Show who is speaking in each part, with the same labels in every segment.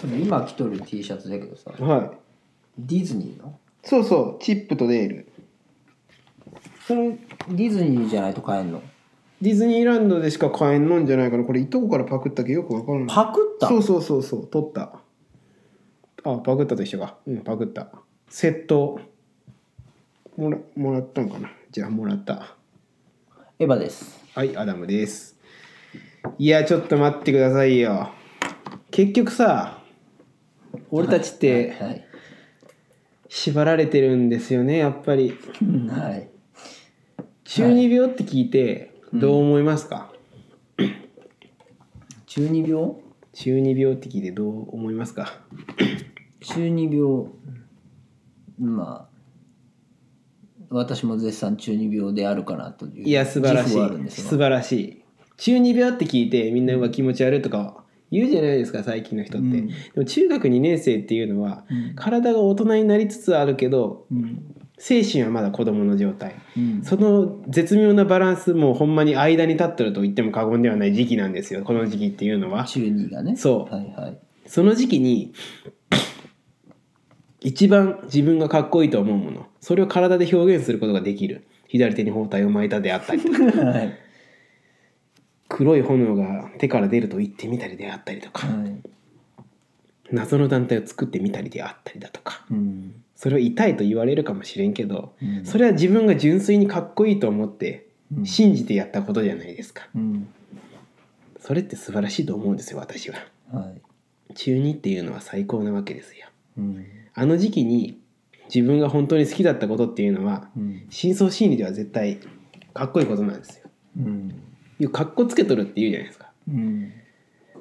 Speaker 1: それ今着とる T シャツだけどさ
Speaker 2: はい
Speaker 1: ディズニーの
Speaker 2: そうそうチップとデール
Speaker 1: それディズニーじゃないと買えんの
Speaker 2: ディズニーランドでしか買えんのんじゃないかなこれいとこからパクったけどよくわからない
Speaker 1: パクった
Speaker 2: そうそうそうそう取ったあパクったと一緒かうんパクったセットもらもらったんかなじゃあもらった
Speaker 1: エヴァです
Speaker 2: はいアダムですいやちょっと待ってくださいよ結局さ俺たちって
Speaker 1: はい
Speaker 2: 縛られてるんですよねやっぱり
Speaker 1: はい
Speaker 2: 中二病って聞いてどう思いますか、
Speaker 1: 中二病
Speaker 2: 中二病って聞いてどう思いますか
Speaker 1: 中二病まあ私も絶賛中二病であるかなという
Speaker 2: いや素晴らし
Speaker 1: 自負はあるん
Speaker 2: い
Speaker 1: です
Speaker 2: 素
Speaker 1: が
Speaker 2: 晴らしい中二病って聞いてみんなうわ気持ち悪いとか言うじゃないですか最近の人って、
Speaker 1: うん
Speaker 2: でも中学2年生っていうのは
Speaker 1: うん
Speaker 2: 体が大人になりつつあるけど
Speaker 1: うん
Speaker 2: 精神はまだ子供の状態
Speaker 1: うん
Speaker 2: その絶妙なバランスもうほんまに間に立ってると言っても過言ではない時期なんですよこの時期っていうのは
Speaker 1: 中二がね
Speaker 2: そう
Speaker 1: はいはい
Speaker 2: その時期に一番自分がかっこいいと思うものそれを体で表現することができる左手に包帯を巻いたであったりとか
Speaker 1: はい
Speaker 2: 黒い炎が手から出ると言ってみたりであったりとか
Speaker 1: はい
Speaker 2: 謎の団体を作ってみたりであったりだとか
Speaker 1: うん
Speaker 2: それを痛いと言われるかもしれんけど
Speaker 1: うん
Speaker 2: それは自分が純粋にかっこいいと思って
Speaker 1: うん
Speaker 2: 信じてやったことじゃないですか
Speaker 1: うん
Speaker 2: それって素晴らしいと思うんですよ私は
Speaker 1: はい
Speaker 2: 中二っていうのは最高なわけですよ
Speaker 1: うん
Speaker 2: あの時期に自分が本当に好きだったことっていうのは
Speaker 1: うん
Speaker 2: 深層心理では絶対かっこいいことなんですよ。
Speaker 1: うん
Speaker 2: いうかっこつけとるって言うじゃないですか。
Speaker 1: うん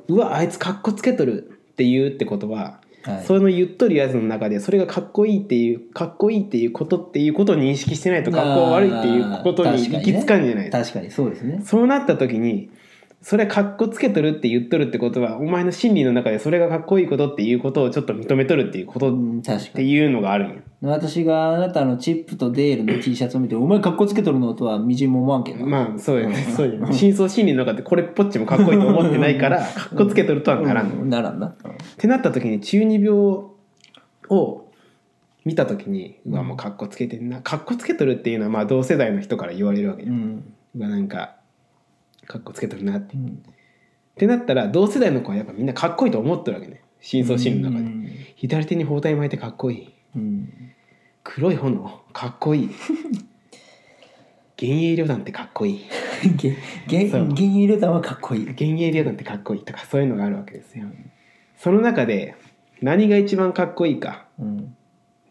Speaker 2: うわあいつかっこつけとるって言うってことは、
Speaker 1: はい
Speaker 2: その言っとるやつの中でそれがかっこいいっていうかっこいいっていうことっていうことを認識してないとかっこ悪いっていうこと
Speaker 1: あー
Speaker 2: に
Speaker 1: 確か
Speaker 2: 行
Speaker 1: ね
Speaker 2: き着かんじゃないですか。
Speaker 1: 確かにそうですね
Speaker 2: そうなった時にそれかっこつけとるって言っとるってことはお前の心理の中でそれがかっこいいことっていうことをちょっと認めとるっていうこと
Speaker 1: う
Speaker 2: っ
Speaker 1: ん確か
Speaker 2: て
Speaker 1: に
Speaker 2: いうのがあるんよ。
Speaker 1: 私があなたのチップとデールの T シャツを見て「お前かっこつけとるの?」とはみじんも思わんけど、
Speaker 2: まあそうよねそうよね深層心理の中でこれっぽっちもかっこいいと思ってないからかっこつけとるとはならんの、
Speaker 1: う
Speaker 2: っ
Speaker 1: ならんな
Speaker 2: てなった時に中二病を見た時にうわもうかっこつけてんなかっこつけとるっていうのはまあ同世代の人から言われるわけ
Speaker 1: う
Speaker 2: じゃん
Speaker 1: ん
Speaker 2: うわなんかかっこつけとるなっ
Speaker 1: う
Speaker 2: てっ
Speaker 1: ん
Speaker 2: てなったら同世代の子はやっぱみんなかっこいいと思ってるわけね深層心理の中で、左手に包帯巻いてかっこいい
Speaker 1: うん
Speaker 2: 黒い炎かっこいい 幻影旅団ってかっこいい
Speaker 1: げげ
Speaker 2: そう
Speaker 1: 銀入れたはかっこいい
Speaker 2: 幻影旅団ってかっこいいとかそういうのがあるわけですよその中で何が一番かっこいいか
Speaker 1: うん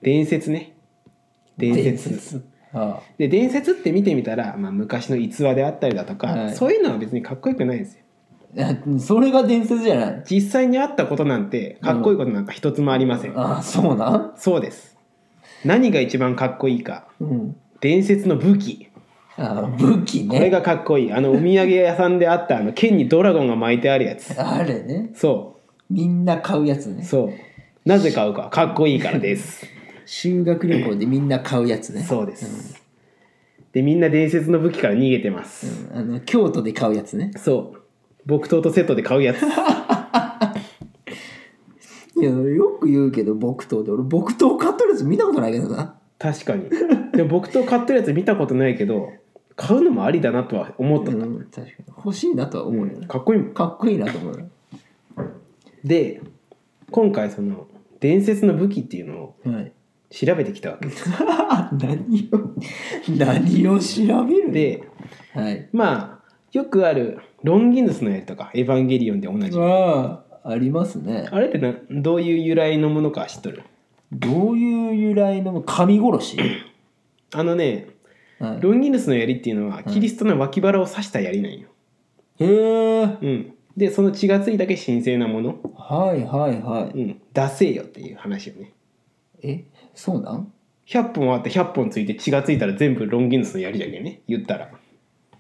Speaker 2: 伝説ね伝説
Speaker 1: あ
Speaker 2: で伝説って見てみたら、まあ、昔の逸話であったりだとか、
Speaker 1: はい
Speaker 2: そういうのは別にかっこよくないんですよ
Speaker 1: あそれが伝説じゃない
Speaker 2: 実際にあったことなんてかっこいいことなんか一つもありません、
Speaker 1: あそうなん
Speaker 2: そうです何が一番かっこいいか
Speaker 1: うん
Speaker 2: 伝説の武器
Speaker 1: あ武器ね
Speaker 2: これがかっこいいあのお土産屋さんであったあの剣にドラゴンが巻いてあるやつ
Speaker 1: あれね
Speaker 2: そ
Speaker 1: みんな買うやつ
Speaker 2: う
Speaker 1: ね
Speaker 2: そうなぜ買うかかっこいいからです
Speaker 1: 修学旅行でみんな買うやつね
Speaker 2: そうです。で、みんな伝説の武器から逃げてます。
Speaker 1: うんあの京都で買うやつね
Speaker 2: そう。木刀とセットで買うやつ。
Speaker 1: いや俺よく言うけど木刀で俺木刀買ってるやつ見たことないけどな
Speaker 2: 確かに。でも木刀買ってるやつ見たことないけど、買うのもありだなとは思っ
Speaker 1: う
Speaker 2: た、
Speaker 1: ん確かに欲しいなとは思うよね
Speaker 2: かっこいいもん。
Speaker 1: かっこいいなと思うよ
Speaker 2: で、今回その、伝説の武器っていうのを
Speaker 1: はい
Speaker 2: 調べてきたわけです。
Speaker 1: 何を何を調べる
Speaker 2: で、
Speaker 1: はい
Speaker 2: まあ、よくある、ロンギヌスのやりとか、エヴァンゲリオンで同じ。
Speaker 1: ああありますね
Speaker 2: あれってな、どういう由来のものか知っとる
Speaker 1: どういう由来の神殺し、
Speaker 2: あのね、
Speaker 1: はい
Speaker 2: ロンギヌスの槍っていうのは、キリストの脇腹を刺した槍なんよ。
Speaker 1: へえ
Speaker 2: うん、でその血がついただけ神聖なもの、
Speaker 1: はいはいは
Speaker 2: うん、出せよっていう話をね
Speaker 1: いえそうなん
Speaker 2: 100本あって100本ついて血がついたら全部ロンギヌスの槍じゃけんね言ったら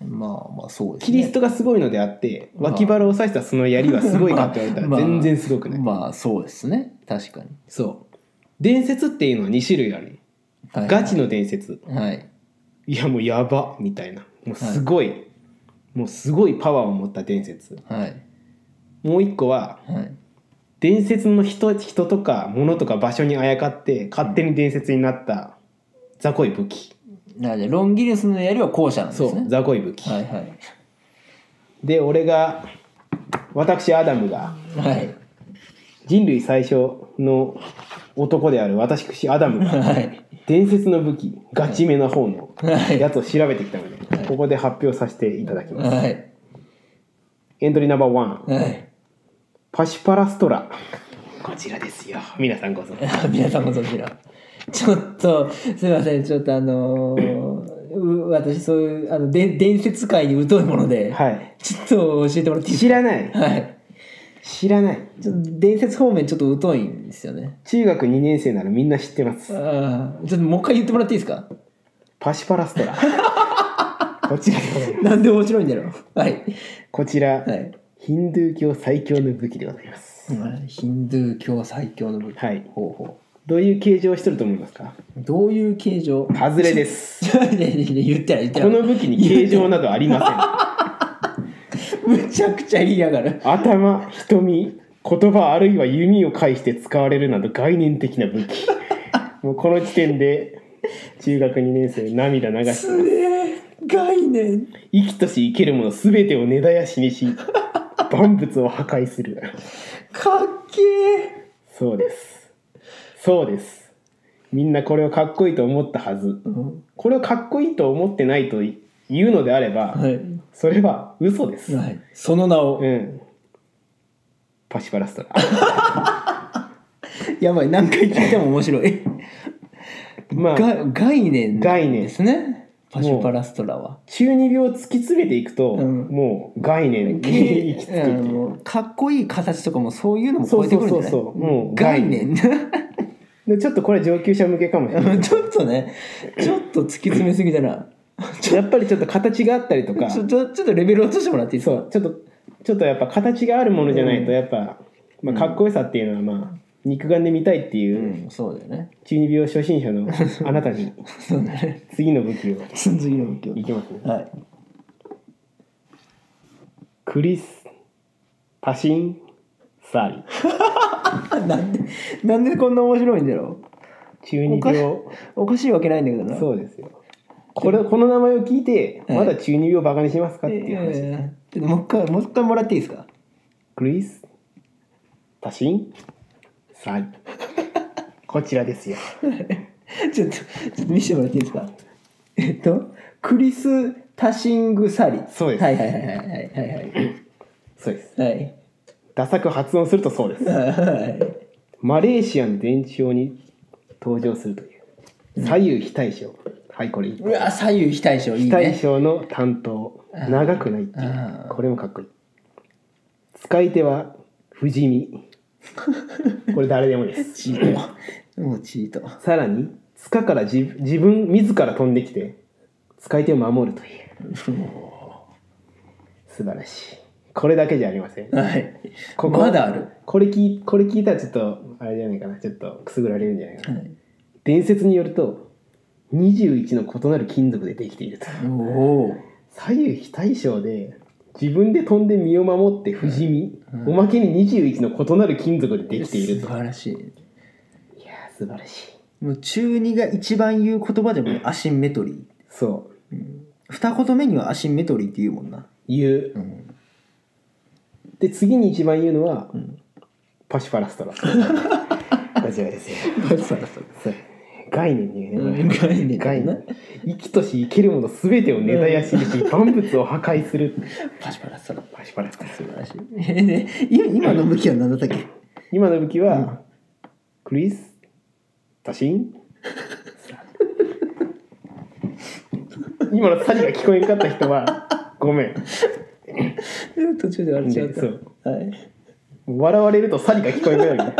Speaker 1: まあまあそうです
Speaker 2: キ
Speaker 1: ね
Speaker 2: リストがすごいのであって
Speaker 1: まあ
Speaker 2: 脇腹を刺したその槍はすごいかって言われたら
Speaker 1: まあ
Speaker 2: 全然すごくない、
Speaker 1: まあそうですね確かに、
Speaker 2: そう伝説っていうのは2種類ある
Speaker 1: はいはい
Speaker 2: ガチの伝説
Speaker 1: はい
Speaker 2: いやもうやばみたいなもうすごい、もうすごいパワーを持った伝説
Speaker 1: はい
Speaker 2: もう一個は
Speaker 1: はい
Speaker 2: 伝説の人人とか物とか場所にあやかって勝手に伝説になった雑魚い武器、
Speaker 1: なのでロンギネスの槍は後者なんです
Speaker 2: そ
Speaker 1: ね
Speaker 2: う雑魚い武器、
Speaker 1: はいはい
Speaker 2: で俺が私アダムが
Speaker 1: はい
Speaker 2: 人類最初の男である私アダムが
Speaker 1: はい
Speaker 2: 伝説の武器ガチめな方の
Speaker 1: はい
Speaker 2: やつを調べてきたので、
Speaker 1: い
Speaker 2: ここで発表させていただきます、
Speaker 1: はい
Speaker 2: エントリーナンバーワン
Speaker 1: はい
Speaker 2: パシュパラストラこちらですよ皆さんご存知
Speaker 1: あ皆さんもそちらちょっとすいませんちょっとあのーう私そういうあので伝説界に疎いもので、
Speaker 2: はい
Speaker 1: ちょっと教えてもらっていいです
Speaker 2: 知らない
Speaker 1: かはい
Speaker 2: 知らない
Speaker 1: ちょっと伝説方面ちょっと疎いんですよね
Speaker 2: 中学2年生ならみんな知ってます
Speaker 1: ああちょっともう一回言ってもらっていいですか
Speaker 2: パシュパラ ストラこちらでございます
Speaker 1: なんで面白いんだろうはい
Speaker 2: こちら、
Speaker 1: はい
Speaker 2: ヒンドゥー教最強の武器でございます
Speaker 1: ヒンドゥー教最強の武器、
Speaker 2: はい
Speaker 1: 方法
Speaker 2: どういう形状をしてると思いますか
Speaker 1: どういう形状
Speaker 2: ハズレです
Speaker 1: ちょねねね言ってない言って
Speaker 2: こ
Speaker 1: ない
Speaker 2: の武器に形状などありま
Speaker 1: むちゃくちゃ言いやがる
Speaker 2: せん頭瞳言葉あるいは弓を介して使われるなど概念的な武器もうこの時点で中学2年生涙流して
Speaker 1: すげえ概念
Speaker 2: 生きとし生けるもの全てを根絶やしにし万物を破壊する
Speaker 1: かっけえ
Speaker 2: そうですそうですみんなこれをかっこいいと思ったはず
Speaker 1: うん
Speaker 2: これをかっこいいと思ってないと言うのであれば、
Speaker 1: はい、
Speaker 2: それは嘘です、
Speaker 1: はい、その名を、
Speaker 2: うんパシパラストラ
Speaker 1: やばい何回聞いても面白 い、
Speaker 2: まあ
Speaker 1: が概念
Speaker 2: 概念
Speaker 1: ですねパシュパラストラは
Speaker 2: 中二病を突き詰めていくと、
Speaker 1: うん
Speaker 2: もう概念に行き着くって
Speaker 1: うん
Speaker 2: い
Speaker 1: も
Speaker 2: う
Speaker 1: うかっこいい形とかもそういうのも超えてくるんじゃない
Speaker 2: そうそうそうそうもう
Speaker 1: 概念
Speaker 2: でちょっとこれは上級者向けかもしれな い
Speaker 1: ちょっとねちょっと突き詰めすぎたな
Speaker 2: やっぱりちょっと形があったりと か
Speaker 1: ちょちょちょっとレベル落としてもらっていいです
Speaker 2: そ
Speaker 1: か
Speaker 2: うちょっとちょっとやっぱ形があるものじゃない
Speaker 1: う
Speaker 2: と
Speaker 1: ん
Speaker 2: やっぱ、まあ、かっこよさっていうのはまあ肉眼で見たいっていううん
Speaker 1: そうだよね
Speaker 2: 中二病初心 者のあなたに
Speaker 1: そうだね
Speaker 2: 次の武器を
Speaker 1: 次の今
Speaker 2: いきますね
Speaker 1: はい
Speaker 2: クリスパシンサーリ
Speaker 1: あ なんでなんでこんな面白いんだろ
Speaker 2: 中二
Speaker 1: おかし
Speaker 2: 病
Speaker 1: うおかしいわけないんだけどな
Speaker 2: そうですよこれこの名前を聞いて
Speaker 1: はい
Speaker 2: まだ中二病バカにしますかっていう話、
Speaker 1: えーちょっともう一回もう一回もらっていいですか
Speaker 2: クリスパシンサーリ こちらですよ
Speaker 1: ちょっとちょっと見せてもらっていいですかえっとクリス・タシング・サリ
Speaker 2: そうです
Speaker 1: はいはいはいはいはいはい
Speaker 2: そうです
Speaker 1: はい
Speaker 2: ダサく発音するとそうです
Speaker 1: はい
Speaker 2: マレーシアの伝承に登場するという左右非対称、はいこれ
Speaker 1: うわ左右非対称い
Speaker 2: 非
Speaker 1: い
Speaker 2: 対
Speaker 1: ね
Speaker 2: 称の担当
Speaker 1: あー
Speaker 2: 長くないってい
Speaker 1: あ
Speaker 2: う
Speaker 1: ー
Speaker 2: これもかっこいい使い手は不死身 これ誰でもいいです
Speaker 1: チートもうチート
Speaker 2: さらに塚から自自分自ら飛んできて使い手を守るという素晴らしいこれだけじゃありません
Speaker 1: はい
Speaker 2: ここ
Speaker 1: まだある、
Speaker 2: これ聞いこれ聞いたらちょっとあれじゃないかなちょっとくすぐられるんじゃないかな
Speaker 1: はい、
Speaker 2: 伝説によると21の異なる金属でできていると
Speaker 1: おお
Speaker 2: 左右非対称で自分で飛んで身を守って不死身、おまけに21の異なる金属でできている
Speaker 1: 素
Speaker 2: と
Speaker 1: 晴らしい
Speaker 2: いやー素晴らしい
Speaker 1: もう中二が一番言う言葉でもアシンメトリー
Speaker 2: そう
Speaker 1: 二言目にはアシンメトリーって言うもんな
Speaker 2: 言う、
Speaker 1: ん
Speaker 2: で次に一番言うのは、パシュパラストラ こちらですよそう概念に言うね、これ
Speaker 1: 概念
Speaker 2: 概念生きとし生けるもの全てを根絶やしに し、万物を破壊する
Speaker 1: パシパラストラ
Speaker 2: パシュパラストラ
Speaker 1: 素晴らしいえね今今の武器は何だったっけ
Speaker 2: 今の武器は、クリスタシン今のサリが聞こえんかった人はごめん
Speaker 1: 途中で割れちゃった、
Speaker 2: ね
Speaker 1: はい、
Speaker 2: 笑われるとサリが聞こえんようになる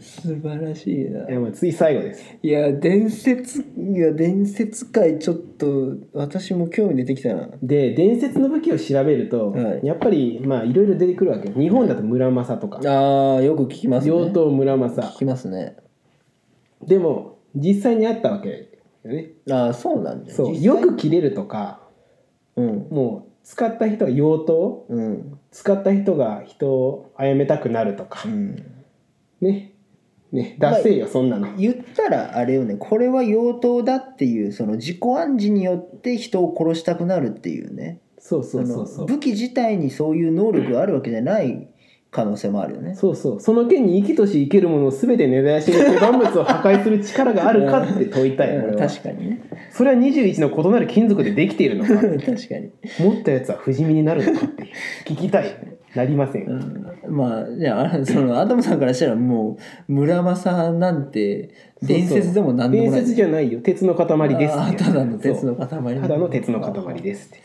Speaker 1: 素晴らしいな
Speaker 2: えもうつい最後です
Speaker 1: いや伝説いや伝説界ちょっと私も興味出てきたな
Speaker 2: で伝説の武器を調べると、
Speaker 1: はい
Speaker 2: やっぱりまあいろいろ出てくるわけ日本だと村正とか
Speaker 1: あーよく聞きますね
Speaker 2: 妖刀村
Speaker 1: 聞
Speaker 2: 正
Speaker 1: きますね
Speaker 2: でも実際にあったわけよね
Speaker 1: ああそうなんだ
Speaker 2: そう
Speaker 1: 実際
Speaker 2: よく切れるとか
Speaker 1: うん
Speaker 2: も使った人が妖刀
Speaker 1: うん
Speaker 2: 使った人が人を殺めたくなるとか
Speaker 1: う、ん
Speaker 2: ねね出せよそんなの
Speaker 1: 言ったらあれよねこれは妖刀だっていうその自己暗示によって人を殺したくなるっていうね
Speaker 2: そうそうそうそ
Speaker 1: あの
Speaker 2: う
Speaker 1: 武器自体にそういう能力があるわけじゃない可能性もあるよね
Speaker 2: そうそうその件に生きとし生けるものを全て根絶やしにして万物を破壊する力があるかって問いたい俺は
Speaker 1: 確かに ね
Speaker 2: それは21の異なる金属でできているのか
Speaker 1: 確かに、
Speaker 2: 持ったやつは不死身になるの かっていう聞きたいなりません、
Speaker 1: うん、まあじゃああそのアダムさんからしたらもう村正なんて伝説でも何でもない
Speaker 2: 伝説じゃないよ鉄の塊です
Speaker 1: あ
Speaker 2: っ
Speaker 1: ー
Speaker 2: て
Speaker 1: ただの鉄の塊
Speaker 2: そうただの鉄の塊ですって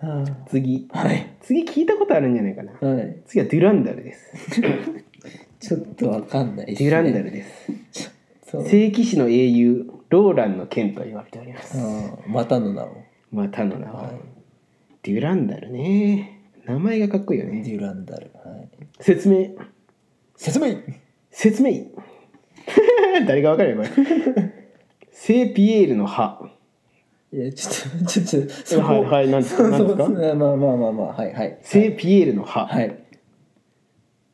Speaker 1: あー
Speaker 2: 次
Speaker 1: はい
Speaker 2: 次聞いたことあるんじゃないかな
Speaker 1: はい
Speaker 2: 次はデュランダルです
Speaker 1: ちょっとわかんないで
Speaker 2: デ
Speaker 1: すね
Speaker 2: ュランダルです
Speaker 1: そう
Speaker 2: 聖騎士の英雄ローランの剣と言われております
Speaker 1: あーまたの名を
Speaker 2: またの名は、
Speaker 1: はい
Speaker 2: デュランダルね名前がかっこいいよ
Speaker 1: デ
Speaker 2: ね
Speaker 1: ュランダル、はい、
Speaker 2: 説明
Speaker 1: 説明
Speaker 2: 説明 誰がわかるよこれ 聖ピエールの歯
Speaker 1: いやちょっとちょっとそこ
Speaker 2: はいはいなんですかなんですか
Speaker 1: そうそうまあまあまあまあはいはい
Speaker 2: 聖ピエールの歯、
Speaker 1: はい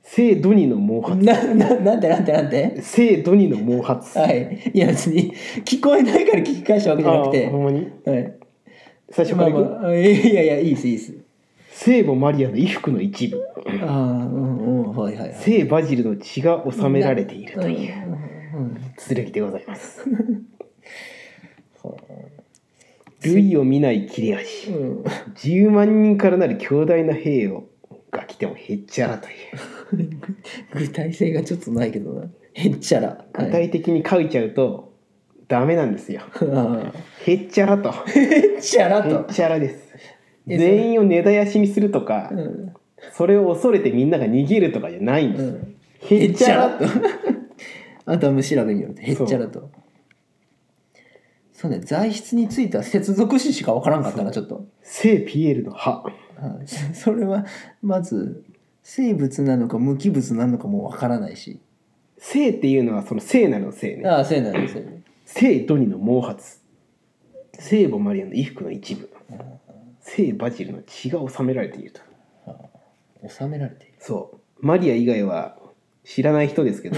Speaker 2: 聖ドニの毛髪
Speaker 1: な ななんてなんてなんて
Speaker 2: 聖ドニの毛髪
Speaker 1: はいいや別に聞こえないから聞き返したわけじゃなく
Speaker 2: あほん
Speaker 1: て
Speaker 2: まに
Speaker 1: はい
Speaker 2: 最初
Speaker 1: ま
Speaker 2: から
Speaker 1: あ
Speaker 2: いく、
Speaker 1: まあいやいやいいですいいです
Speaker 2: 聖母マリアの衣服の一部
Speaker 1: ああうんうんはいはいはい
Speaker 2: 聖バジルの血が収められているという
Speaker 1: うんうんうん
Speaker 2: 剣でございます
Speaker 1: は
Speaker 2: 類を見ない切れ味
Speaker 1: うん
Speaker 2: 10万人からなる強大な兵をが来てもへっちゃらという
Speaker 1: 具体性がちょっとないけどなへっちゃら
Speaker 2: 具体的に書いちゃうとダメなんですよ
Speaker 1: はいあ
Speaker 2: へっちゃらと
Speaker 1: あへっちゃら
Speaker 2: へっ
Speaker 1: と、
Speaker 2: ちゃらです
Speaker 1: え
Speaker 2: 全員を根絶やしにするとか
Speaker 1: うん
Speaker 2: それを恐れてみんなが逃げるとかじゃないんで
Speaker 1: う
Speaker 2: す、
Speaker 1: ん、
Speaker 2: へっちゃらと
Speaker 1: あとは無調べによってへっちゃらとそうね材質については接続詞しかわからんかったなちょっと
Speaker 2: 聖ピエールの歯
Speaker 1: はい それはまず生物なのか無機物なのかもわからないし
Speaker 2: 聖っていうのはその聖なるの聖ね
Speaker 1: ああそうなんですよね
Speaker 2: 聖ドニの毛髪聖母マリアの衣服の一部聖バジルの血が収められていると
Speaker 1: 収められている
Speaker 2: そうマリア以外は知らない人ですけど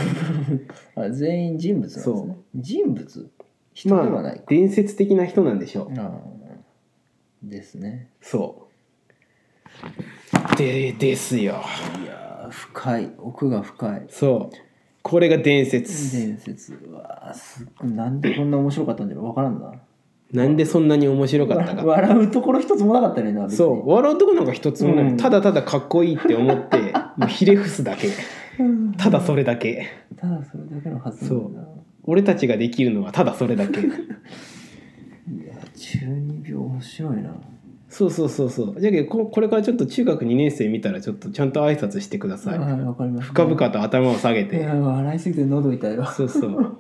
Speaker 1: あ全員人物なんですね
Speaker 2: そ
Speaker 1: 人物 人
Speaker 2: ま
Speaker 1: ではな
Speaker 2: あ
Speaker 1: いか、
Speaker 2: 伝説的な人なんでしょう、
Speaker 1: ああですね
Speaker 2: そうでですよ
Speaker 1: いやー深い奥が深い
Speaker 2: そうこれが伝説
Speaker 1: 伝説うわーすっごいなんでこんな面白かったんだろう分からんな
Speaker 2: なんでそんなに面白かったか
Speaker 1: 笑うところ一つもなかったねな別に
Speaker 2: そう笑うとこなんか一つもない、
Speaker 1: うん
Speaker 2: ただただかっこいいって思って もうひれ伏すだけ
Speaker 1: うん
Speaker 2: ただそれだけ
Speaker 1: ただそれだけのはずなんだな
Speaker 2: 俺たちができるのはただそ れだけ
Speaker 1: いや12秒面白いな
Speaker 2: そうそうそうそうじゃけどここれからちょっと中学2年生見たらちょっとちゃんと挨拶してください、
Speaker 1: はいわかりました
Speaker 2: 深々と頭を下げて、
Speaker 1: いや笑いすぎて喉痛いわ
Speaker 2: そうそう